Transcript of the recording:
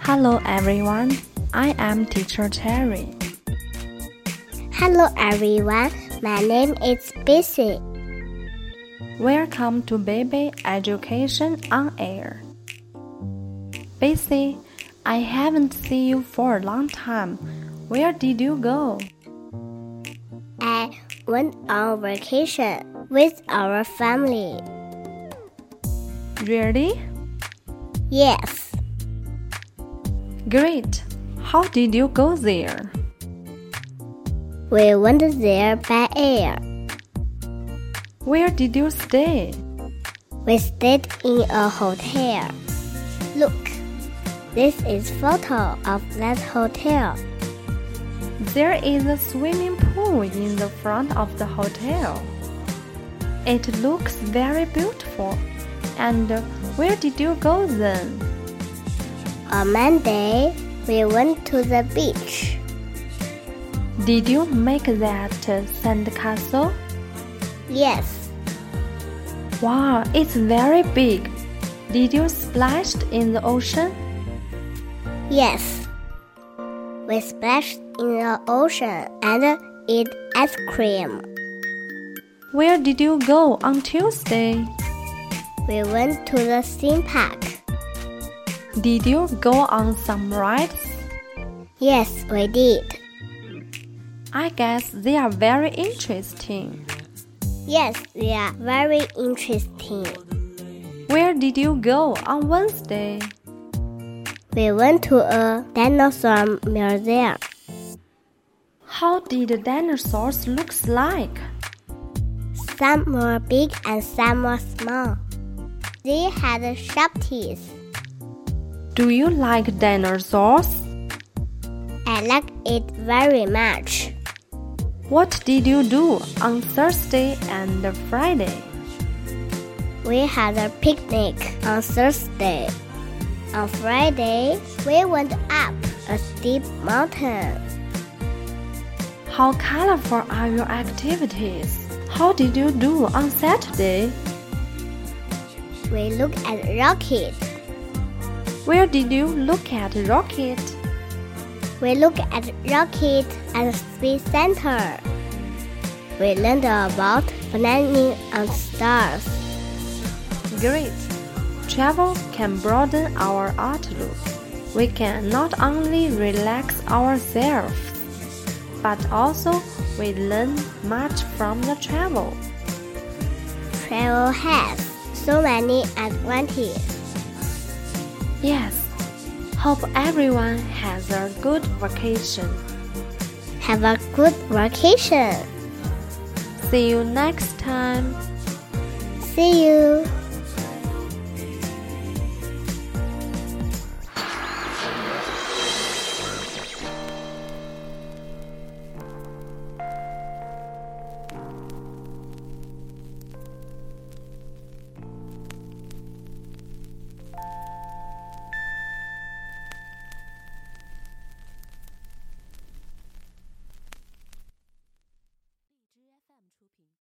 Hello everyone, I am teacher Terry. Hello everyone, my name is Bissy. Welcome to Baby Education on Air. Basie, I haven't seen you for a long time. Where did you go? I went on vacation with our family. Really? Yes, Great. How did you go there? we went there by air. Where did you stay? We stayed in a hotel. Look, this is photo of that hotel. There is a swimming pool in the front of the hotel. It looks very beautiful. And where did you go then? On Monday, we went to the beach. Did you make that sand castle? Yes, Wow, it's very big. Did you splash in the ocean? yes. We splashed in the ocean and ate ice cream. Where did you go on Tuesday? We went to the theme park. Did you go on some rides? Yes, we did. I guess they are very interesting. Yes, they are very interesting. Where did you go on Wednesday? We went to a dinosaur museum. How did dinosaurs looks like? Some were big and some were small. They had sharp teeth. Do you like dinosaurs? I like it very much. What did you do on Thursday and Friday? We had a picnic on Thursday. On Friday, we went up a steep mountain. How colorful are your activities? How did you do on Saturday? We looked at rockets. Where did you look at Rocket? We look at rocket at space center. We learned about planning and stars. Great! Travel can broaden our outlook. We can not only relax ourselves, but also we learn much from the travel. Travel has so many advantages. Yes, hope everyone has a good vacation. Have a good vacation. See you next time. See you.